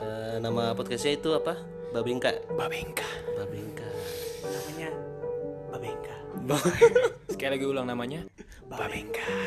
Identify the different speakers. Speaker 1: Eh, nama podcastnya itu apa? Babinka.
Speaker 2: Babengka
Speaker 1: Babinka.
Speaker 2: namanya Babengka
Speaker 1: Ba-
Speaker 2: sekali lagi ulang namanya Babengka